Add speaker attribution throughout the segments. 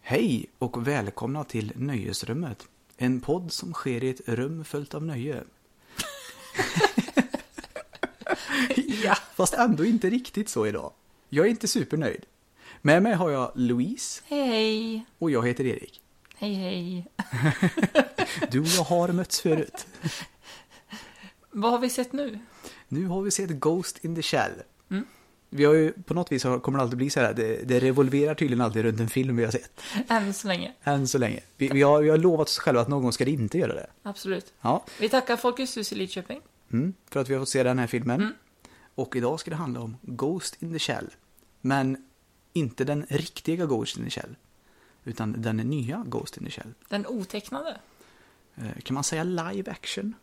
Speaker 1: Hej och välkomna till Nöjesrummet. En podd som sker i ett rum fullt av nöje.
Speaker 2: Ja.
Speaker 1: Fast ändå inte riktigt så idag. Jag är inte supernöjd. Med mig har jag Louise
Speaker 2: Hej, hej.
Speaker 1: och jag heter Erik.
Speaker 2: Hej, hej.
Speaker 1: Du och jag har mötts förut.
Speaker 2: Vad har vi sett nu?
Speaker 1: Nu har vi sett Ghost in the Shell. Vi har ju, på något vis har- kommer det alltid bli så här, det, det revolverar tydligen alltid runt en film vi har sett.
Speaker 2: Än så länge.
Speaker 1: Än så länge. Vi, vi, har, vi har lovat oss själva att någon gång ska det inte göra det.
Speaker 2: Absolut.
Speaker 1: Ja,
Speaker 2: Vi tackar Folkets hus i Lidköping.
Speaker 1: Mm, för att vi har fått se den här filmen. Och idag ska det handla om Ghost in the Shell. Men inte den riktiga Ghost in the Shell. Utan den nya Ghost in the Shell.
Speaker 2: Den otecknade.
Speaker 1: Eh, Kan man säga live action?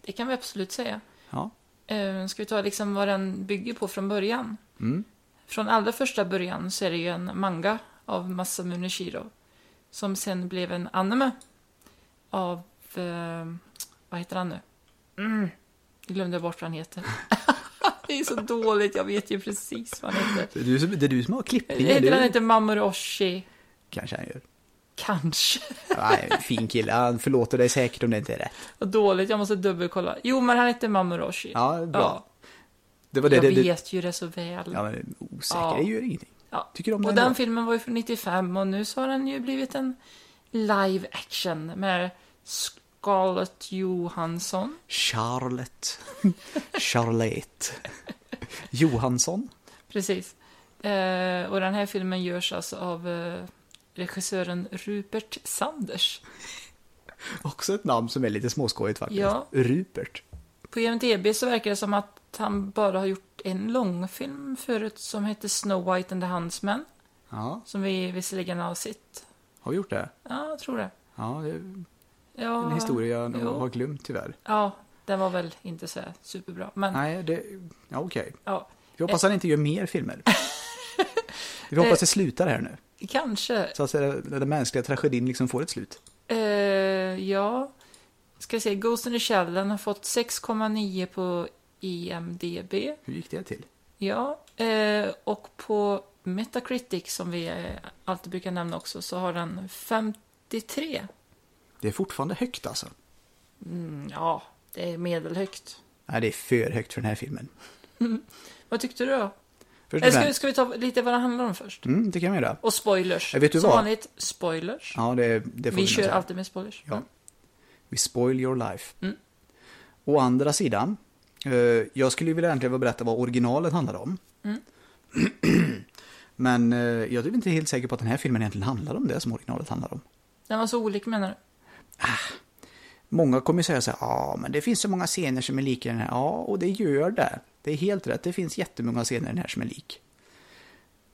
Speaker 2: Det kan vi absolut säga.
Speaker 1: Ja.
Speaker 2: Eh, Ska vi ta liksom vad den bygger på från början? Från allra första början så är det ju en manga av Masamune Shiro. Som sen blev en anime av... Eh, vad heter han nu? Mm. Jag glömde bort vad han heter. det är så dåligt, jag vet ju precis vad han
Speaker 1: Det
Speaker 2: heter.
Speaker 1: är du som, Eh, det är du som har klippningen.
Speaker 2: Heter han
Speaker 1: Du.
Speaker 2: inte Mamoru Oshii?
Speaker 1: Kanske han gör.
Speaker 2: Kanske.
Speaker 1: Nej, fin kille. Han förlåter dig säkert om det inte är rätt.
Speaker 2: Vad dåligt, jag måste dubbelkolla. Jo, men han heter Mamoru Oshii.
Speaker 1: Ja, bra. Det var det.
Speaker 2: jag
Speaker 1: det, det.
Speaker 2: vet ju det så väl.
Speaker 1: Ja,
Speaker 2: Ja.
Speaker 1: men osäker,
Speaker 2: Ja.
Speaker 1: det gör ingenting. Tycker du om
Speaker 2: och
Speaker 1: den
Speaker 2: den
Speaker 1: då?
Speaker 2: filmen var ju från 95 och nu så har den ju blivit en live action med Scarlett Johansson.
Speaker 1: Charlotte. Charlotte. Johansson.
Speaker 2: Precis. Eh, och den här filmen görs alltså av eh, regissören Rupert Sanders.
Speaker 1: Också ett namn som är lite småskojigt faktiskt.
Speaker 2: Ja.
Speaker 1: Rupert.
Speaker 2: På IMDB så verkar det som att han bara har gjort en långfilm förut som heter Snow White and the Huntsman.
Speaker 1: Ja,
Speaker 2: Som vi visserligen har sett.
Speaker 1: har vi gjort det?
Speaker 2: Ja, jag tror det.
Speaker 1: Ja, det är en
Speaker 2: Ja,
Speaker 1: historia jag nog
Speaker 2: jo.
Speaker 1: har glömt tyvärr.
Speaker 2: Ja, den var väl inte så här superbra. Men
Speaker 1: Nej, det... Ja, okej.
Speaker 2: ja,
Speaker 1: Vi
Speaker 2: Eh.
Speaker 1: hoppas han inte gör mer filmer. Vi hoppas det slutar här nu.
Speaker 2: kanske.
Speaker 1: Så att säga, den mänskliga tragedin liksom får ett slut.
Speaker 2: Eh, ja, ska jag se. Ghost in the Shell den har fått 6,9 på IMDB.
Speaker 1: Hur gick det till?
Speaker 2: Ja, eh, och på Metacritic som vi eh, alltid brukar nämna också så har den 53.
Speaker 1: Det är fortfarande högt alltså.
Speaker 2: Mm, Ja, det är medelhögt.
Speaker 1: Nej, det är för högt för den här filmen.
Speaker 2: Vad tyckte du då?
Speaker 1: Först
Speaker 2: Eller
Speaker 1: och
Speaker 2: ska, vi-
Speaker 1: främst,
Speaker 2: ska vi ta lite vad det handlar om först?
Speaker 1: mm, det kan vi göra.
Speaker 2: Och spoilers.
Speaker 1: Jag vet ju
Speaker 2: Som
Speaker 1: vad.
Speaker 2: vanligt, spoilers.
Speaker 1: Ja, det, det får
Speaker 2: vi
Speaker 1: nog
Speaker 2: kör
Speaker 1: säga.
Speaker 2: alltid med spoilers.
Speaker 1: Ja.
Speaker 2: Mm.
Speaker 1: We spoil your life. Å andra sidan, eh, jag skulle ju vilja egentligen bara berätta vad originalet handlar om. Men eh, jag är inte helt säker på att den här filmen egentligen handlar om det som originalet handlar om.
Speaker 2: Den var så olik menar du?
Speaker 1: Många kommer ju säga så här, ja men det finns så många scener som är lika i den här. Ja, och det gör det. Det är helt rätt, det finns jättemånga scener i den här som är lik.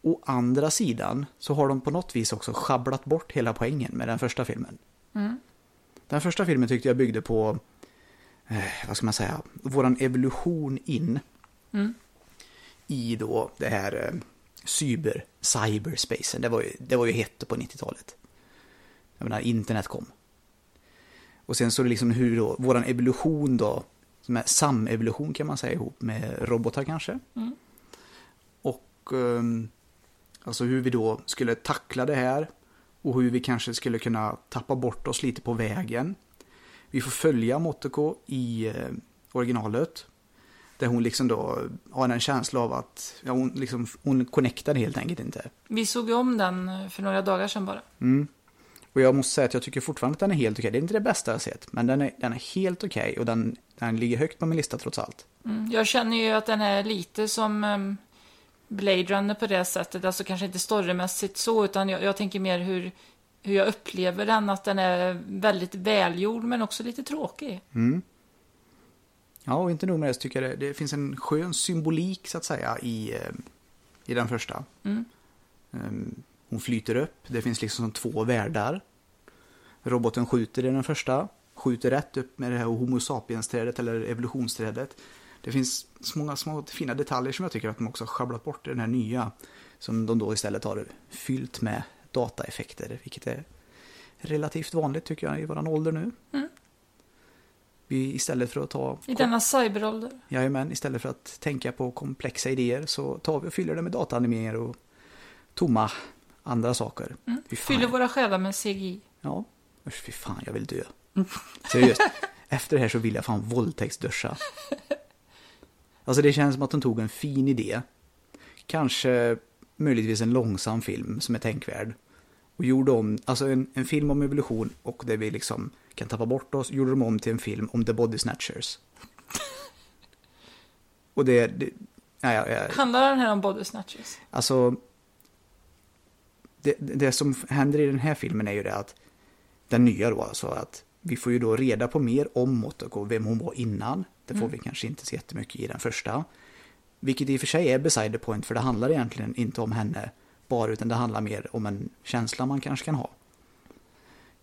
Speaker 1: Å andra sidan så har de på något vis också schabblat bort hela poängen med den första filmen. Den första filmen tyckte jag byggde på, eh, vad ska man säga, våran evolution in i då det här eh, cyber, cyberspacen. Det var ju, det var ju hett på 90-talet. Jag menar, internet kom. Och sen så är det liksom hur då, våran evolution då, som är samevolution kan man säga ihop med robotar kanske. Och ehm, alltså hur vi då skulle tackla det här och hur vi kanske skulle kunna tappa bort oss lite på vägen. Vi får följa Motoko i eh, originalet. Där hon liksom då har en känsla av att ja, hon, liksom, hon connectar helt enkelt inte.
Speaker 2: Vi såg ju om den eh, för några dagar sedan bara.
Speaker 1: Och jag måste säga att jag tycker fortfarande att den är helt okej. Det är inte det bästa jag har sett, men den är, den är helt okej och den, den ligger högt på min lista trots allt.
Speaker 2: Mm. Jag känner ju att den är lite som ehm, Blade Runner på det sättet. Alltså kanske inte storymässigt så, utan jag, jag tänker mer hur, hur jag upplever den. Att den är väldigt välgjord, men också lite tråkig.
Speaker 1: Mm. Ja, och inte nog med det så tycker jag det, det finns en skön symbolik så att säga i, eh, i den första.
Speaker 2: Mm.
Speaker 1: Ehm, Hon flyter upp, det finns liksom som två världar. Roboten skjuter i den första, skjuter rätt upp med det här Homo sapiens-trädet eller evolutionsträdet. Det finns så många små fina detaljer som jag tycker att de också har sjabblat bort i den här nya. Som de då istället har fyllt med dataeffekter, vilket är relativt vanligt tycker jag i våran ålder nu. Vi, istället för att ta
Speaker 2: Mm. I denna cyberålder.
Speaker 1: Jajamän, istället för att tänka på komplexa idéer så tar vi och fyller det med dataanimeringar och tomma andra saker.
Speaker 2: Mm.
Speaker 1: Fy fan,
Speaker 2: Fyller våra själar med CGI.
Speaker 1: Ja, usch fy fan jag vill dö. Seriöst, efter det här så vill jag fan våldtäktsduscha. Alltså det känns som att de tog en fin idé. Kanske möjligtvis en långsam film som är tänkvärd. Och gjorde om, alltså en, en film om evolution och där vi liksom kan tappa bort oss, gjorde de om till en film om The Body Snatchers. Och det, det nej, jag, jag,
Speaker 2: Handlar den här om body snatchers?
Speaker 1: Alltså, det, det som händer i den här filmen är ju det att den nya då alltså att vi får ju då reda på mer om Motoko, vem hon var innan. Det får vi kanske inte så jättemycket i den första. Vilket i och för sig är beside the point för det handlar egentligen inte om henne bara utan det handlar mer om en känsla man kanske kan ha.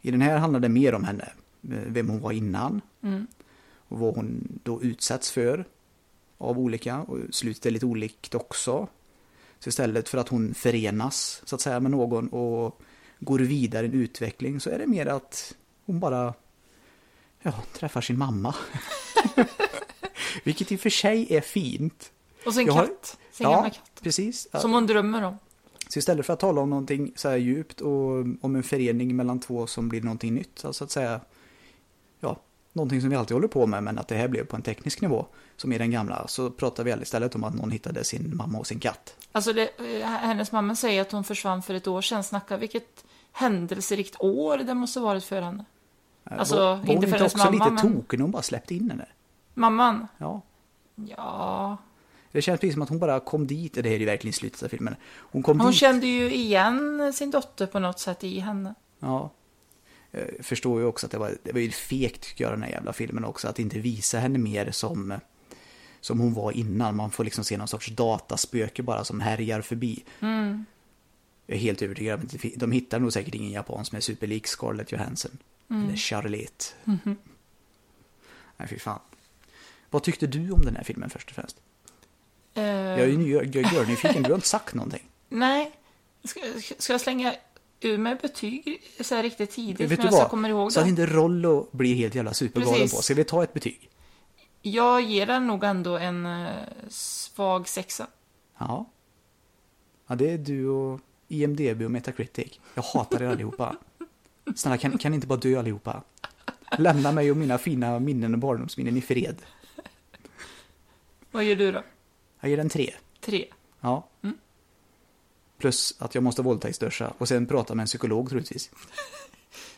Speaker 1: I den här handlar det mer om henne, eh, vem hon var innan
Speaker 2: Mm.
Speaker 1: och vad hon då utsätts för av olika och slutet är lite olikt också. Så istället för att hon förenas så att säga med någon och går vidare i en utveckling så är det mer att hon bara ja, träffar sin mamma. Vilket i och för sig är fint.
Speaker 2: Och sen
Speaker 1: Jag har-
Speaker 2: katt. Sen gamla katt.
Speaker 1: precis.
Speaker 2: Som hon drömmer om.
Speaker 1: Så istället för att tala om någonting så här djupt och om en förening mellan två som blir någonting nytt, alltså att säga, ja, någonting som vi alltid håller på med men att det här blev på en teknisk nivå, som i den gamla, så pratar vi alldeles istället om att någon hittade sin mamma och sin katt.
Speaker 2: Alltså det, eh, hennes mamma säger att hon försvann för ett år sedan. Snacka vilket händelserikt år det måste varit för henne. Alltså,
Speaker 1: var, var Eh, hon
Speaker 2: inte för
Speaker 1: inte
Speaker 2: hennes
Speaker 1: också
Speaker 2: mamma,
Speaker 1: lite
Speaker 2: men-
Speaker 1: tokig när hon bara släppte in henne?
Speaker 2: Mamman?
Speaker 1: Ja.
Speaker 2: Ja.
Speaker 1: Det känns precis som att hon bara kom dit, det här är ju verkligen i slutet av filmen. Hon kom
Speaker 2: Hon
Speaker 1: dit.
Speaker 2: kände ju igen sin dotter på något sätt i henne.
Speaker 1: Ja. Eh, Förstår ju också att det var, det var ju fegt tycker jag den här jävla filmen också. Att inte visa henne mer som, som hon var innan. Man får liksom se någon sorts dataspöke bara som härjar förbi.
Speaker 2: Mm.
Speaker 1: Jag är helt övertygad om att det fin- de hittar nog säkert ingen japan som är superlik Scarlett Johansson.
Speaker 2: Mm.
Speaker 1: Eller Charlotte.
Speaker 2: Mhm.
Speaker 1: Nej fy fan. Vad tyckte du om den här filmen först och främst?
Speaker 2: Eh,
Speaker 1: Jag är ju ny- jag är görnyfiken, du har inte sagt någonting.
Speaker 2: Nej. Ska, ska jag slänga ur mig betyg så här riktigt tidigt?
Speaker 1: Vet
Speaker 2: när
Speaker 1: du
Speaker 2: jag så
Speaker 1: vad?
Speaker 2: kommer ihåg
Speaker 1: Så att
Speaker 2: det?
Speaker 1: inte Rollo blir helt jävla supergalen
Speaker 2: Precis.
Speaker 1: på. Ska vi ta ett betyg?
Speaker 2: Jag ger den nog ändå en eh, svag sexa.
Speaker 1: Ja. Ja, det är du och E IMDB och Metacritic. Jag hatar er allihopa. Snälla, kan, kan ni inte bara dö allihopa? Lämna mig och mina fina minnen och barndomsminnen i fred.
Speaker 2: Vad gör du då?
Speaker 1: Jag ger den tre.
Speaker 2: Tre.
Speaker 1: Ja. Plus att jag måste våldtäktsduscha och sen prata med en psykolog troligtvis.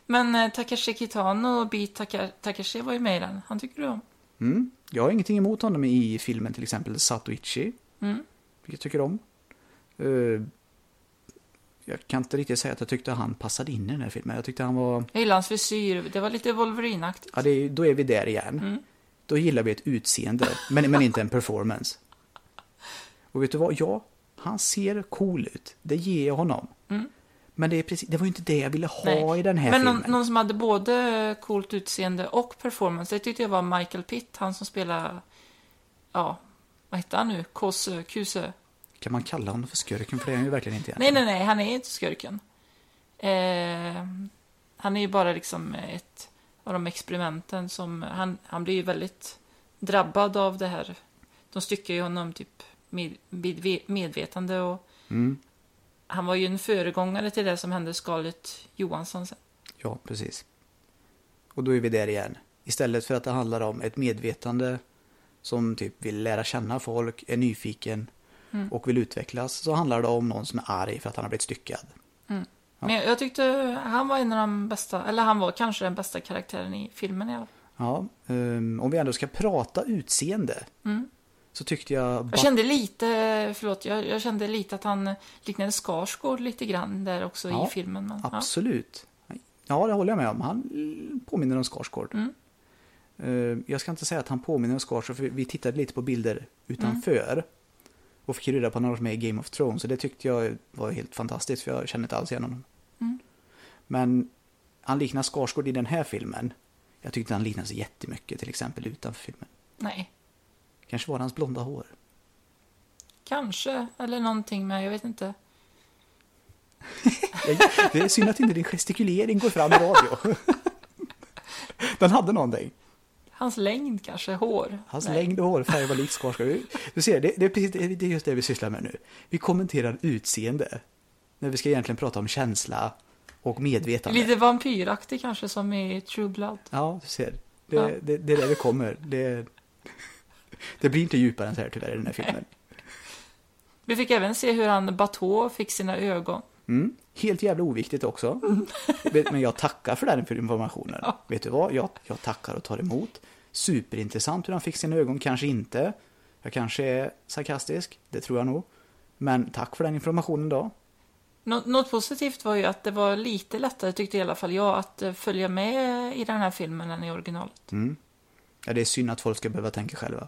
Speaker 2: Men eh, Takashi Kitano och Beat Taka- Takashi var ju med i den. Han tycker du om.
Speaker 1: Mm. Jag har ingenting emot honom i filmen till exempel Satoichi. Vilket jag tycker om. Eh, jag kan inte riktigt säga att jag tyckte han passade in i den här filmen. Jag tyckte han var...
Speaker 2: Jag gillar hans frisyr. Det var lite Wolverine-aktigt.
Speaker 1: Ja, det är, då är vi där igen.
Speaker 2: Mm.
Speaker 1: Då gillar vi ett utseende, men, men inte en performance. Och vet du vad? Ja, han ser cool ut. Det ger jag honom. Men det, är precis, det var ju inte det jag ville ha i den här
Speaker 2: Mm. Men någon,
Speaker 1: filmen.
Speaker 2: någon som hade både coolt utseende och performance, det tyckte jag var Michael Pitt, han som spelar, ja, vad heter han nu? Kose, Kuse?
Speaker 1: Kan man kalla honom för skurken? För det är han ju verkligen inte.
Speaker 2: Nej, nej, nej, han är inte skurken. Eh, han är ju bara liksom ett av de experimenten som, han, han blir ju väldigt drabbad av det här. De styckar ju honom typ med, med, medvetande och
Speaker 1: Mm.
Speaker 2: han var ju en föregångare till det som hände Scarlett Johansson sen.
Speaker 1: Ja, precis. Och då är vi där igen. Istället för att det handlar om ett medvetande som typ vill lära känna folk, är nyfiken
Speaker 2: Mm.
Speaker 1: och vill utvecklas så handlar det om någon som är arg för att han har blivit styckad.
Speaker 2: Men jag, jag tyckte han var en av de bästa, eller han var kanske den bästa karaktären i filmen i alla fall.
Speaker 1: Ja, ehm, om vi ändå ska prata utseende. Så tyckte jag...
Speaker 2: Jag kände lite, förlåt, jag, jag kände lite att han liknade Skarsgård lite grann där också
Speaker 1: Ja,
Speaker 2: i filmen. Men, ja.
Speaker 1: Absolut. Ja, det håller jag med om. Han mm, påminner om Skarsgård. Ehm, jag ska inte säga att han påminner om Skarsgård, för vi tittade lite på bilder utanför. Och fick reda på några som är i Game of Thrones. Så det tyckte jag var helt fantastiskt, för jag kände inte alls igen honom. Men han liknar Skarsgård i den här filmen. Jag tyckte han liknade sig jättemycket, till exempel utanför filmen.
Speaker 2: Nej,
Speaker 1: Kanske var det hans blonda hår.
Speaker 2: kanske, eller någonting, men jag vet inte.
Speaker 1: Jag, det är synd att inte din gestikulering går fram i radio. Den hade någonting.
Speaker 2: Hans längd kanske, hår.
Speaker 1: Hans
Speaker 2: Nej.
Speaker 1: längd och hårfärg var lik Skarsgård. Du ser, det, det, är precis, det är just det vi sysslar med nu. Vi kommenterar utseende. När vi ska egentligen prata om känsla och medvetande.
Speaker 2: Lite vampyraktig kanske som i True Blood.
Speaker 1: Ja, du ser. Det,
Speaker 2: Ja.
Speaker 1: det, det är där vi kommer. Det, det blir inte djupare än så här tyvärr i den här filmen.
Speaker 2: Vi fick även se hur han Bateau fick sina ögon.
Speaker 1: Mm. Helt jävla oviktigt också. Vet- Men jag tackar för den för informationen.
Speaker 2: Mm. Ja.
Speaker 1: Vet du vad? Jag, jag tackar och tar emot. Superintressant hur han fick sina ögon, kanske inte. Jag kanske är sarkastisk, det tror jag nog. Men tack för den informationen då.
Speaker 2: Nå- något positivt var ju att det var lite lättare, tyckte i alla fall jag, att eh, följa med i den här filmen än i originalet.
Speaker 1: Ja, det är synd att folk ska behöva tänka själva.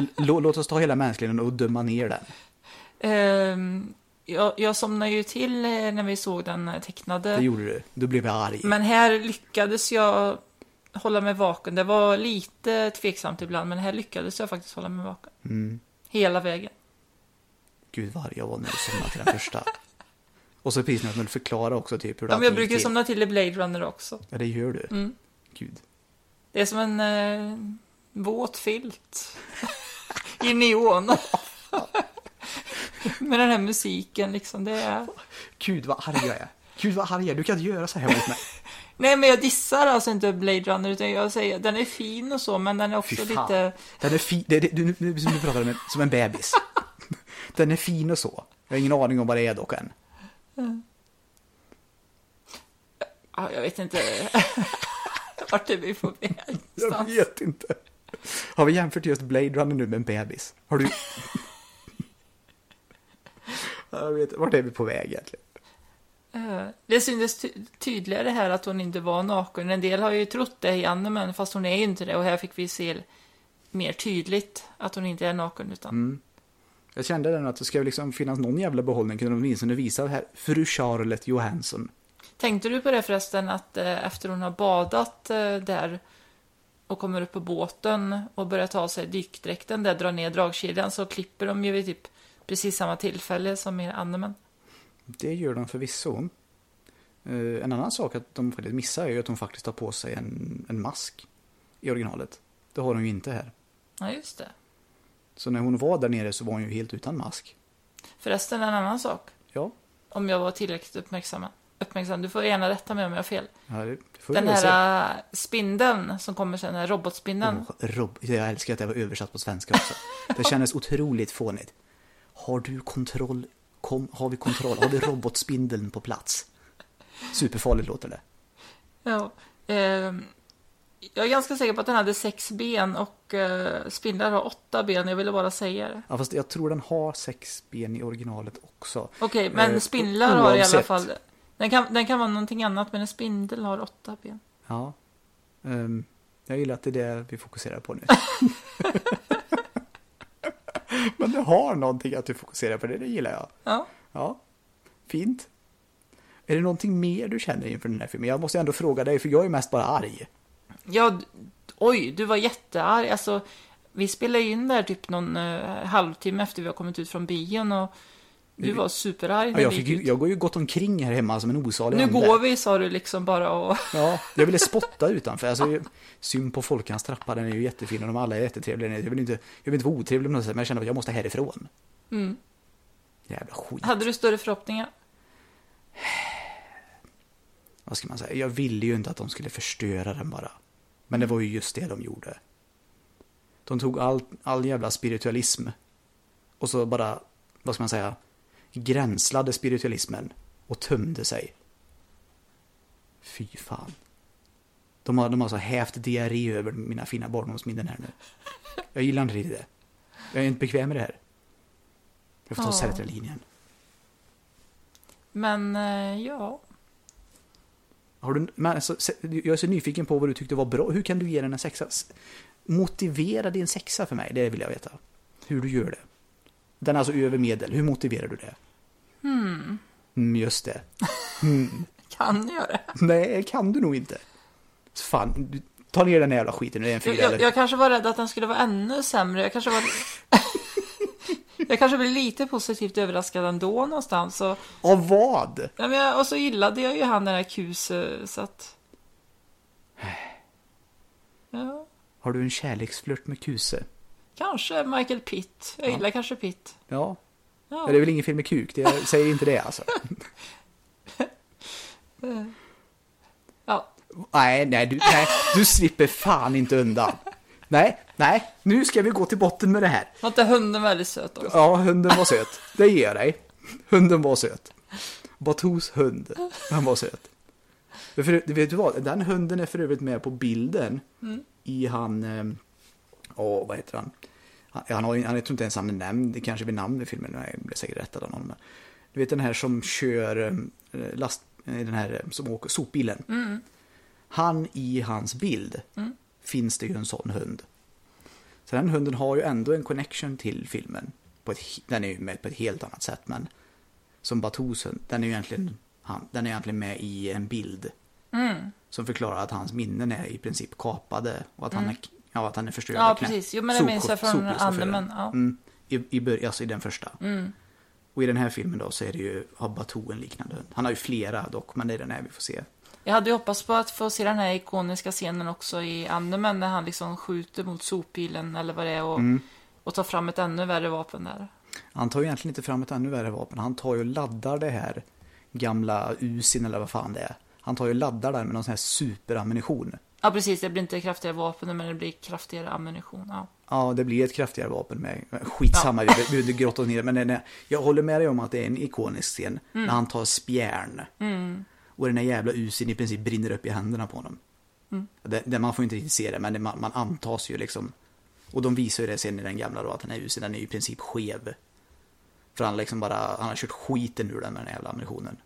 Speaker 1: L- lå- låt oss ta hela mänskligheten och döma ner den.
Speaker 2: Ehm, jag, jag somnade ju till eh, när vi såg den eh, tecknade.
Speaker 1: Det gjorde du. Då blev jag arg.
Speaker 2: Men här lyckades jag hålla mig vaken. Det var lite tveksamt ibland, men här lyckades jag faktiskt hålla mig vaken. Hela vägen.
Speaker 1: Mm. Gud vad arg jag var när du somnade till den första. Och så precis när jag förklara också typ hur
Speaker 2: Ja, men jag
Speaker 1: allting
Speaker 2: brukar
Speaker 1: gick
Speaker 2: ju
Speaker 1: till.
Speaker 2: somna till i Blade Runner också.
Speaker 1: Ja, det gör du.
Speaker 2: Mm.
Speaker 1: Gud.
Speaker 2: Det är som en eh, våt filt i neon. Med den här musiken liksom. Det är...
Speaker 1: Gud vad arg jag är. Gud vad arg jag är. Du kan inte göra så här mot mig.
Speaker 2: Nej, men jag dissar alltså inte Blade Runner, utan jag säger den är fin och så, men den är
Speaker 1: Fy
Speaker 2: också
Speaker 1: fan.
Speaker 2: lite...
Speaker 1: Den är fin. Det, det, du, nu, nu som du pratar om en, som en bebis. Den är fin och så. Jag har ingen aning om vad det är dock än.
Speaker 2: Ja, jag vet inte vart det blir på väg.
Speaker 1: Jag
Speaker 2: någonstans.
Speaker 1: vet inte. Har vi jämfört just Blade Runner nu med en bebis? Har du... Jag vet vart är vi på väg egentligen?
Speaker 2: Eh, Det syntes ty- tydligare här att hon inte var naken. En del har ju trott det i animen, fast hon är ju inte det. Och här fick vi se mer tydligt att hon inte är naken. Utan...
Speaker 1: Jag kände den att det ska liksom finnas någon jävla behållning. Kunde de åtminstone visa det här fru Charlotte Johansson.
Speaker 2: Tänkte du på det förresten, att eh, efter hon har badat eh, där och kommer upp på båten och börjar ta av sig dykdräkten, där drar ner dragkedjan, så klipper de ju vid typ precis samma tillfälle som i animen.
Speaker 1: Det gör de förvisso. Eh, En annan sak att de faktiskt missar är ju att hon faktiskt har på sig en, en mask i originalet. Det har hon ju inte här.
Speaker 2: Ja, just det.
Speaker 1: Så när hon var där nere så var hon ju helt utan mask.
Speaker 2: Förresten, en annan sak.
Speaker 1: Ja,
Speaker 2: Om jag var tillräckligt uppmärksam. uppmärksam. Du får gärna rätta mig om jag har fel.
Speaker 1: ja, det det får vi
Speaker 2: Den
Speaker 1: väl se. Mm.
Speaker 2: här äh, spindeln som kommer sen, den här robotspindeln.
Speaker 1: Åh, Rob, jag älskar att det var översatt på svenska också. Det kändes otroligt fånigt. Har du kontroll? Kom, har vi kontroll? Har vi robotspindeln på plats? Superfarligt låter det.
Speaker 2: Ja, ehm, jag är ganska säker på att den hade sex ben och eh, spindlar har åtta ben, jag ville bara säga det.
Speaker 1: Ja, fast jag tror den har sex ben i originalet också.
Speaker 2: Okej, men
Speaker 1: Eh,
Speaker 2: spindlar har i alla
Speaker 1: oavsett.
Speaker 2: fall... Den kan, den kan vara någonting annat, men en spindel har åtta ben.
Speaker 1: Ja. Ehm, jag gillar att det är det vi fokuserar på nu. Men du har någonting att du fokuserar på, det, det gillar jag.
Speaker 2: Ja.
Speaker 1: Ja, fint. Är det någonting mer du känner inför den här filmen? Jag måste ändå fråga dig, för jag är mest bara arg.
Speaker 2: ja, d- oj, du var jättearg. Alltså, vi spelade in där typ någon eh, halvtimme efter vi har kommit ut från bion och du var superarg.
Speaker 1: Ja,
Speaker 2: när
Speaker 1: jag,
Speaker 2: vi
Speaker 1: fick,
Speaker 2: gick
Speaker 1: ju-
Speaker 2: ut.
Speaker 1: jag går ju gott omkring här hemma som en osalig
Speaker 2: Nu
Speaker 1: ande.
Speaker 2: går vi, sa du liksom bara och...
Speaker 1: Ja, jag ville spotta utanför. Alltså, ju- synd på Folkans trappa, den är ju jättefin och de alla är jättetrevliga. Jag vill inte, jag vill inte vara otrevlig på något sätt, men jag kände att jag måste härifrån.
Speaker 2: Mm.
Speaker 1: Jävla skit.
Speaker 2: Hade du större förhoppningar?
Speaker 1: Vad ska man säga? Jag ville ju inte att de skulle förstöra den bara. Men det var ju just det de gjorde. De tog all, all jävla spiritualism och så bara, vad ska man säga, gränslade spiritualismen och tömde sig. Fy fan. De har, de har så hävt diarré över mina fina barndomsminnen här nu. Jag gillar inte riktigt det. Jag är inte bekväm med det här. Jag får ta
Speaker 2: Ja.
Speaker 1: Sätra-linjen.
Speaker 2: Men eh, ja...
Speaker 1: Har du, men alltså, se- jag är så nyfiken på vad du tyckte var bra. Hur kan du ge den en sexa? S- Motivera din sexa för mig, det vill jag veta. Hur du gör det. Den är alltså över medel, hur motiverar du det? Hmm. Mm, just det.
Speaker 2: Kan jag det?
Speaker 1: Nej, kan du nog inte. Fan, du, ta ner den här jävla skiten, det är en
Speaker 2: Jag,
Speaker 1: fyra
Speaker 2: jag,
Speaker 1: eller?
Speaker 2: jag kanske var rädd att den skulle vara ännu sämre. Jag kanske var... jag kanske blev lite positivt överraskad ändå någonstans. Och,
Speaker 1: Av vad?
Speaker 2: ja, men jag, och så gillade jag ju han den här Kuse, så att... Ja,
Speaker 1: Har du en kärleksflirt med kuse?
Speaker 2: kanske Michael Pitt. Jag gillar kanske Pitt.
Speaker 1: Ja.
Speaker 2: Ja.
Speaker 1: Ja, det är väl ingen film med kuk, det, jag säger inte det alltså.
Speaker 2: ja.
Speaker 1: Nej, nej du, nej, du slipper fan inte undan. Nej, nej, nu ska vi gå till botten med det här.
Speaker 2: Var inte hunden väldigt söt också?
Speaker 1: Ja, hunden var söt. Det ger jag dig. Hunden var söt. Batous hund, han var söt. Men För, vet du vad, den hunden är för övrigt med på bilden i han, eh, åh vad heter han? Han, han, har, ju- han jag tror inte ens han är nämnd, kanske vid namn i filmen, nej, jag blir säkert rättad av någon. Men, du vet den här som kör eh, last, eh, den här eh, som åker, sopbilen. Han i hans bild
Speaker 2: Mm.
Speaker 1: finns det ju en sån hund. Så den hunden har ju ändå en connection till filmen. På ett, he- den är ju med på ett helt annat sätt men som Batous hund, den är ju
Speaker 2: Mm.
Speaker 1: egentligen, han, den är egentligen med i en bild. Som förklarar att hans minnen är i princip kapade och att han är, ja, att han är förstörd.
Speaker 2: Mm. Ja, precis. Jo, men det minns jag från Andeman, ja.
Speaker 1: Mm, i, i, bör- alltså i den första.
Speaker 2: Mm.
Speaker 1: Och i den här filmen då så är det ju, har Batou en liknande hund. Han har ju flera dock, men det är den här vi får se.
Speaker 2: Jag hade ju hoppats på att få se den här ikoniska scenen också i Andeman när han liksom skjuter mot sopbilen eller vad det är och,
Speaker 1: Mm.
Speaker 2: och tar fram ett ännu värre vapen där.
Speaker 1: Han tar ju egentligen inte fram ett ännu värre vapen. Han tar ju och laddar det här gamla usin eller vad fan det är. Han tar ju och laddar den med någon sån här superammunition.
Speaker 2: Ja, precis. Det blir inte kraftigare vapen, men det blir kraftigare ammunition. Ja.
Speaker 1: Ja, det blir ett kraftigare vapen med skitsamma, vi behöver inte grotta oss ner i det, Men den är, jag håller med dig om att det är en ikonisk scen när han tar spjärn. Och den här jävla usin i princip brinner upp i händerna på honom. Det, det, man får inte riktigt se det, men det, man, man antas ju liksom. Och de visar ju det sen i den gamla då, att den här usin den är ju i princip skev. För han liksom bara, han har kört skiten ur den med den här jävla ammunitionen.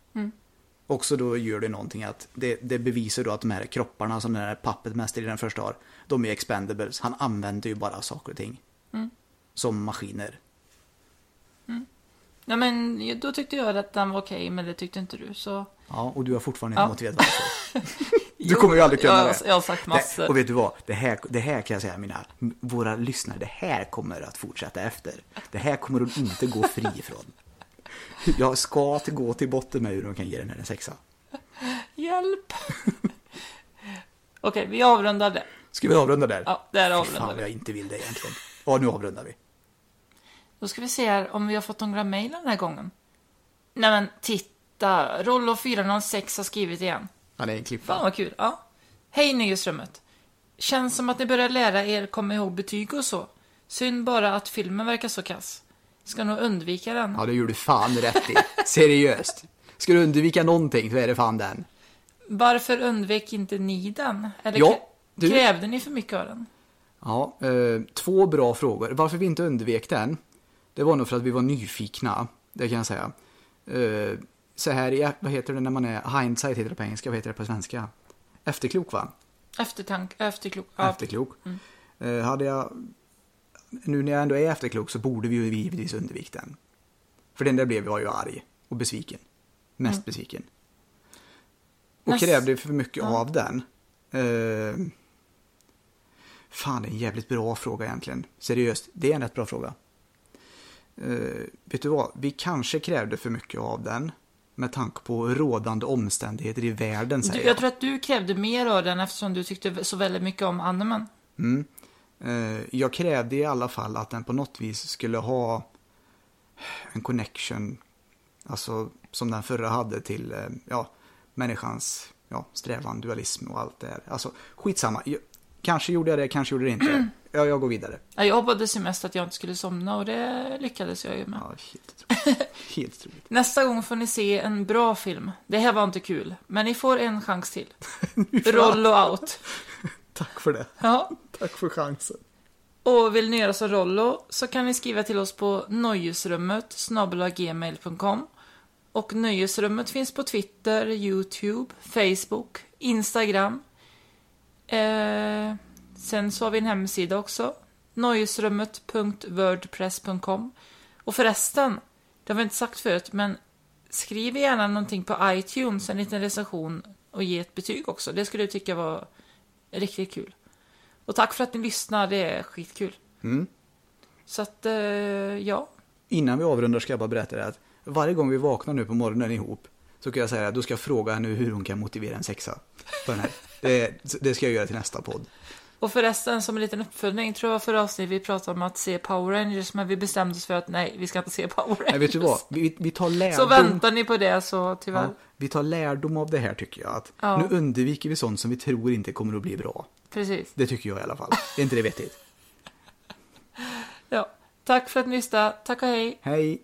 Speaker 1: Också då gör det någonting att det, det bevisar då att de här kropparna som den här puppetmästaren i den första har, de är expendables. Han använder ju bara saker och ting.
Speaker 2: Mm.
Speaker 1: Som maskiner.
Speaker 2: Nej, men ju- då tyckte jag att den var okej, men det tyckte inte du. Så...
Speaker 1: Ja, och du har fortfarande inte
Speaker 2: Ja.
Speaker 1: motiverat varför. Du kommer ju aldrig kunna
Speaker 2: jag,
Speaker 1: det.
Speaker 2: jag har sagt
Speaker 1: det.
Speaker 2: massor.
Speaker 1: Och vet du vad? Det här, det här kan jag säga mina, våra lyssnare, det här kommer att fortsätta efter. Det här kommer de inte gå fri ifrån. Jag ska till, gå till botten med hur de kan ge den här en sexa.
Speaker 2: Hjälp! okej, vi avrundar det.
Speaker 1: Ska vi avrunda där?
Speaker 2: Ja, där avrundar
Speaker 1: Fan
Speaker 2: vi.
Speaker 1: vad jag inte vill det egentligen. Ja, nu avrundar vi.
Speaker 2: Då ska vi se här om vi har fått några mejl den här gången. Nej men titta! Rollo406 har skrivit igen.
Speaker 1: Ja, det är en klippa.
Speaker 2: Fan vad kul! Ja. Hej Nöjesrummet! Känns som att ni börjar lära er komma ihåg betyg och så. Synd bara att filmen verkar så kass. Ska nog undvika den.
Speaker 1: Ja, det gjorde du fan rätt i. Seriöst. Ska du undvika någonting så är det fan den.
Speaker 2: Varför undvek inte ni den? Eller
Speaker 1: Ja,
Speaker 2: krä-
Speaker 1: du-
Speaker 2: krävde ni för mycket av den?
Speaker 1: Ja, eh, två bra frågor. Varför vi inte undvek den, det var nog för att vi var nyfikna. Det kan jag säga. Eh, så här, i- vad heter det när man är, hindsight heter det på engelska, vad heter det på svenska? Efterklok va?
Speaker 2: Eftertank, efterklok... Ja,
Speaker 1: Efterklok. Eh, hade jag, nu när jag ändå är efterklok så borde vi ju givetvis undvikt den. För den där blev jag ju arg och besviken. Mest besviken. Och
Speaker 2: Mm. Näst-
Speaker 1: krävde för mycket av den. Eh, fan, det är en jävligt bra fråga egentligen. Seriöst, det är en rätt bra fråga. Eh, vet du vad, vi kanske krävde för mycket av den. Med tanke på rådande omständigheter i världen
Speaker 2: du,
Speaker 1: säger
Speaker 2: jag tror att du krävde mer av den eftersom du tyckte så väldigt mycket om Anneman.
Speaker 1: Eh, Jag krävde i alla fall att den på något vis skulle ha en connection, alltså som den förra hade till eh, ja, människans ja, strävan, dualism och allt det här. Alltså skitsamma, Jag- kanske gjorde jag det, kanske gjorde jag det inte. Jag, jag går vidare.
Speaker 2: Ja, Jag hoppades ju mest att jag inte skulle somna och det lyckades jag ju med.
Speaker 1: Ja, helt otroligt. Helt otroligt.
Speaker 2: Nästa gång får ni se en bra film. Det här var inte kul, men ni får en chans till.
Speaker 1: fan.
Speaker 2: Rollo out.
Speaker 1: Tack för det.
Speaker 2: Ja.
Speaker 1: Tack för chansen.
Speaker 2: Och vill ni göra som Rollo så kan ni skriva till oss på nöjesrummet snabelagmail.com Och Nöjesrummet finns på Twitter, YouTube, Facebook, Instagram. Eh, sen så har vi en hemsida också. Nöjesrummet.wordpress.com Och förresten, det har vi inte sagt förut, men skriv gärna någonting på iTunes, en liten recension och ge ett betyg också. Det skulle jag tycka var riktigt kul. Och tack för att ni lyssnar, det är skitkul. Så att, eh, ja.
Speaker 1: Innan vi avrundar ska jag bara berätta det att varje gång vi vaknar nu på morgonen ihop så kan jag säga att då ska jag fråga henne hur hon kan motivera en sexa. På den här. Det, det ska jag göra till nästa podd.
Speaker 2: Och förresten, som en liten uppföljning, tror jag förra avsnittet vi pratade om att se Power Rangers, men vi bestämde oss för att nej, vi ska inte se Power Rangers.
Speaker 1: Nej, vet du vad? Vi, vi tar lärdom.
Speaker 2: Så väntar ni på det så tyvärr.
Speaker 1: Ja, vi tar lärdom av det här tycker jag. Att
Speaker 2: Ja.
Speaker 1: Nu undviker vi sånt som vi tror inte kommer att bli bra.
Speaker 2: Precis.
Speaker 1: Det tycker jag i alla fall. Är inte det vettigt?
Speaker 2: Ja. Tack för att ni lyssnade. Tack och hej.
Speaker 1: Hej!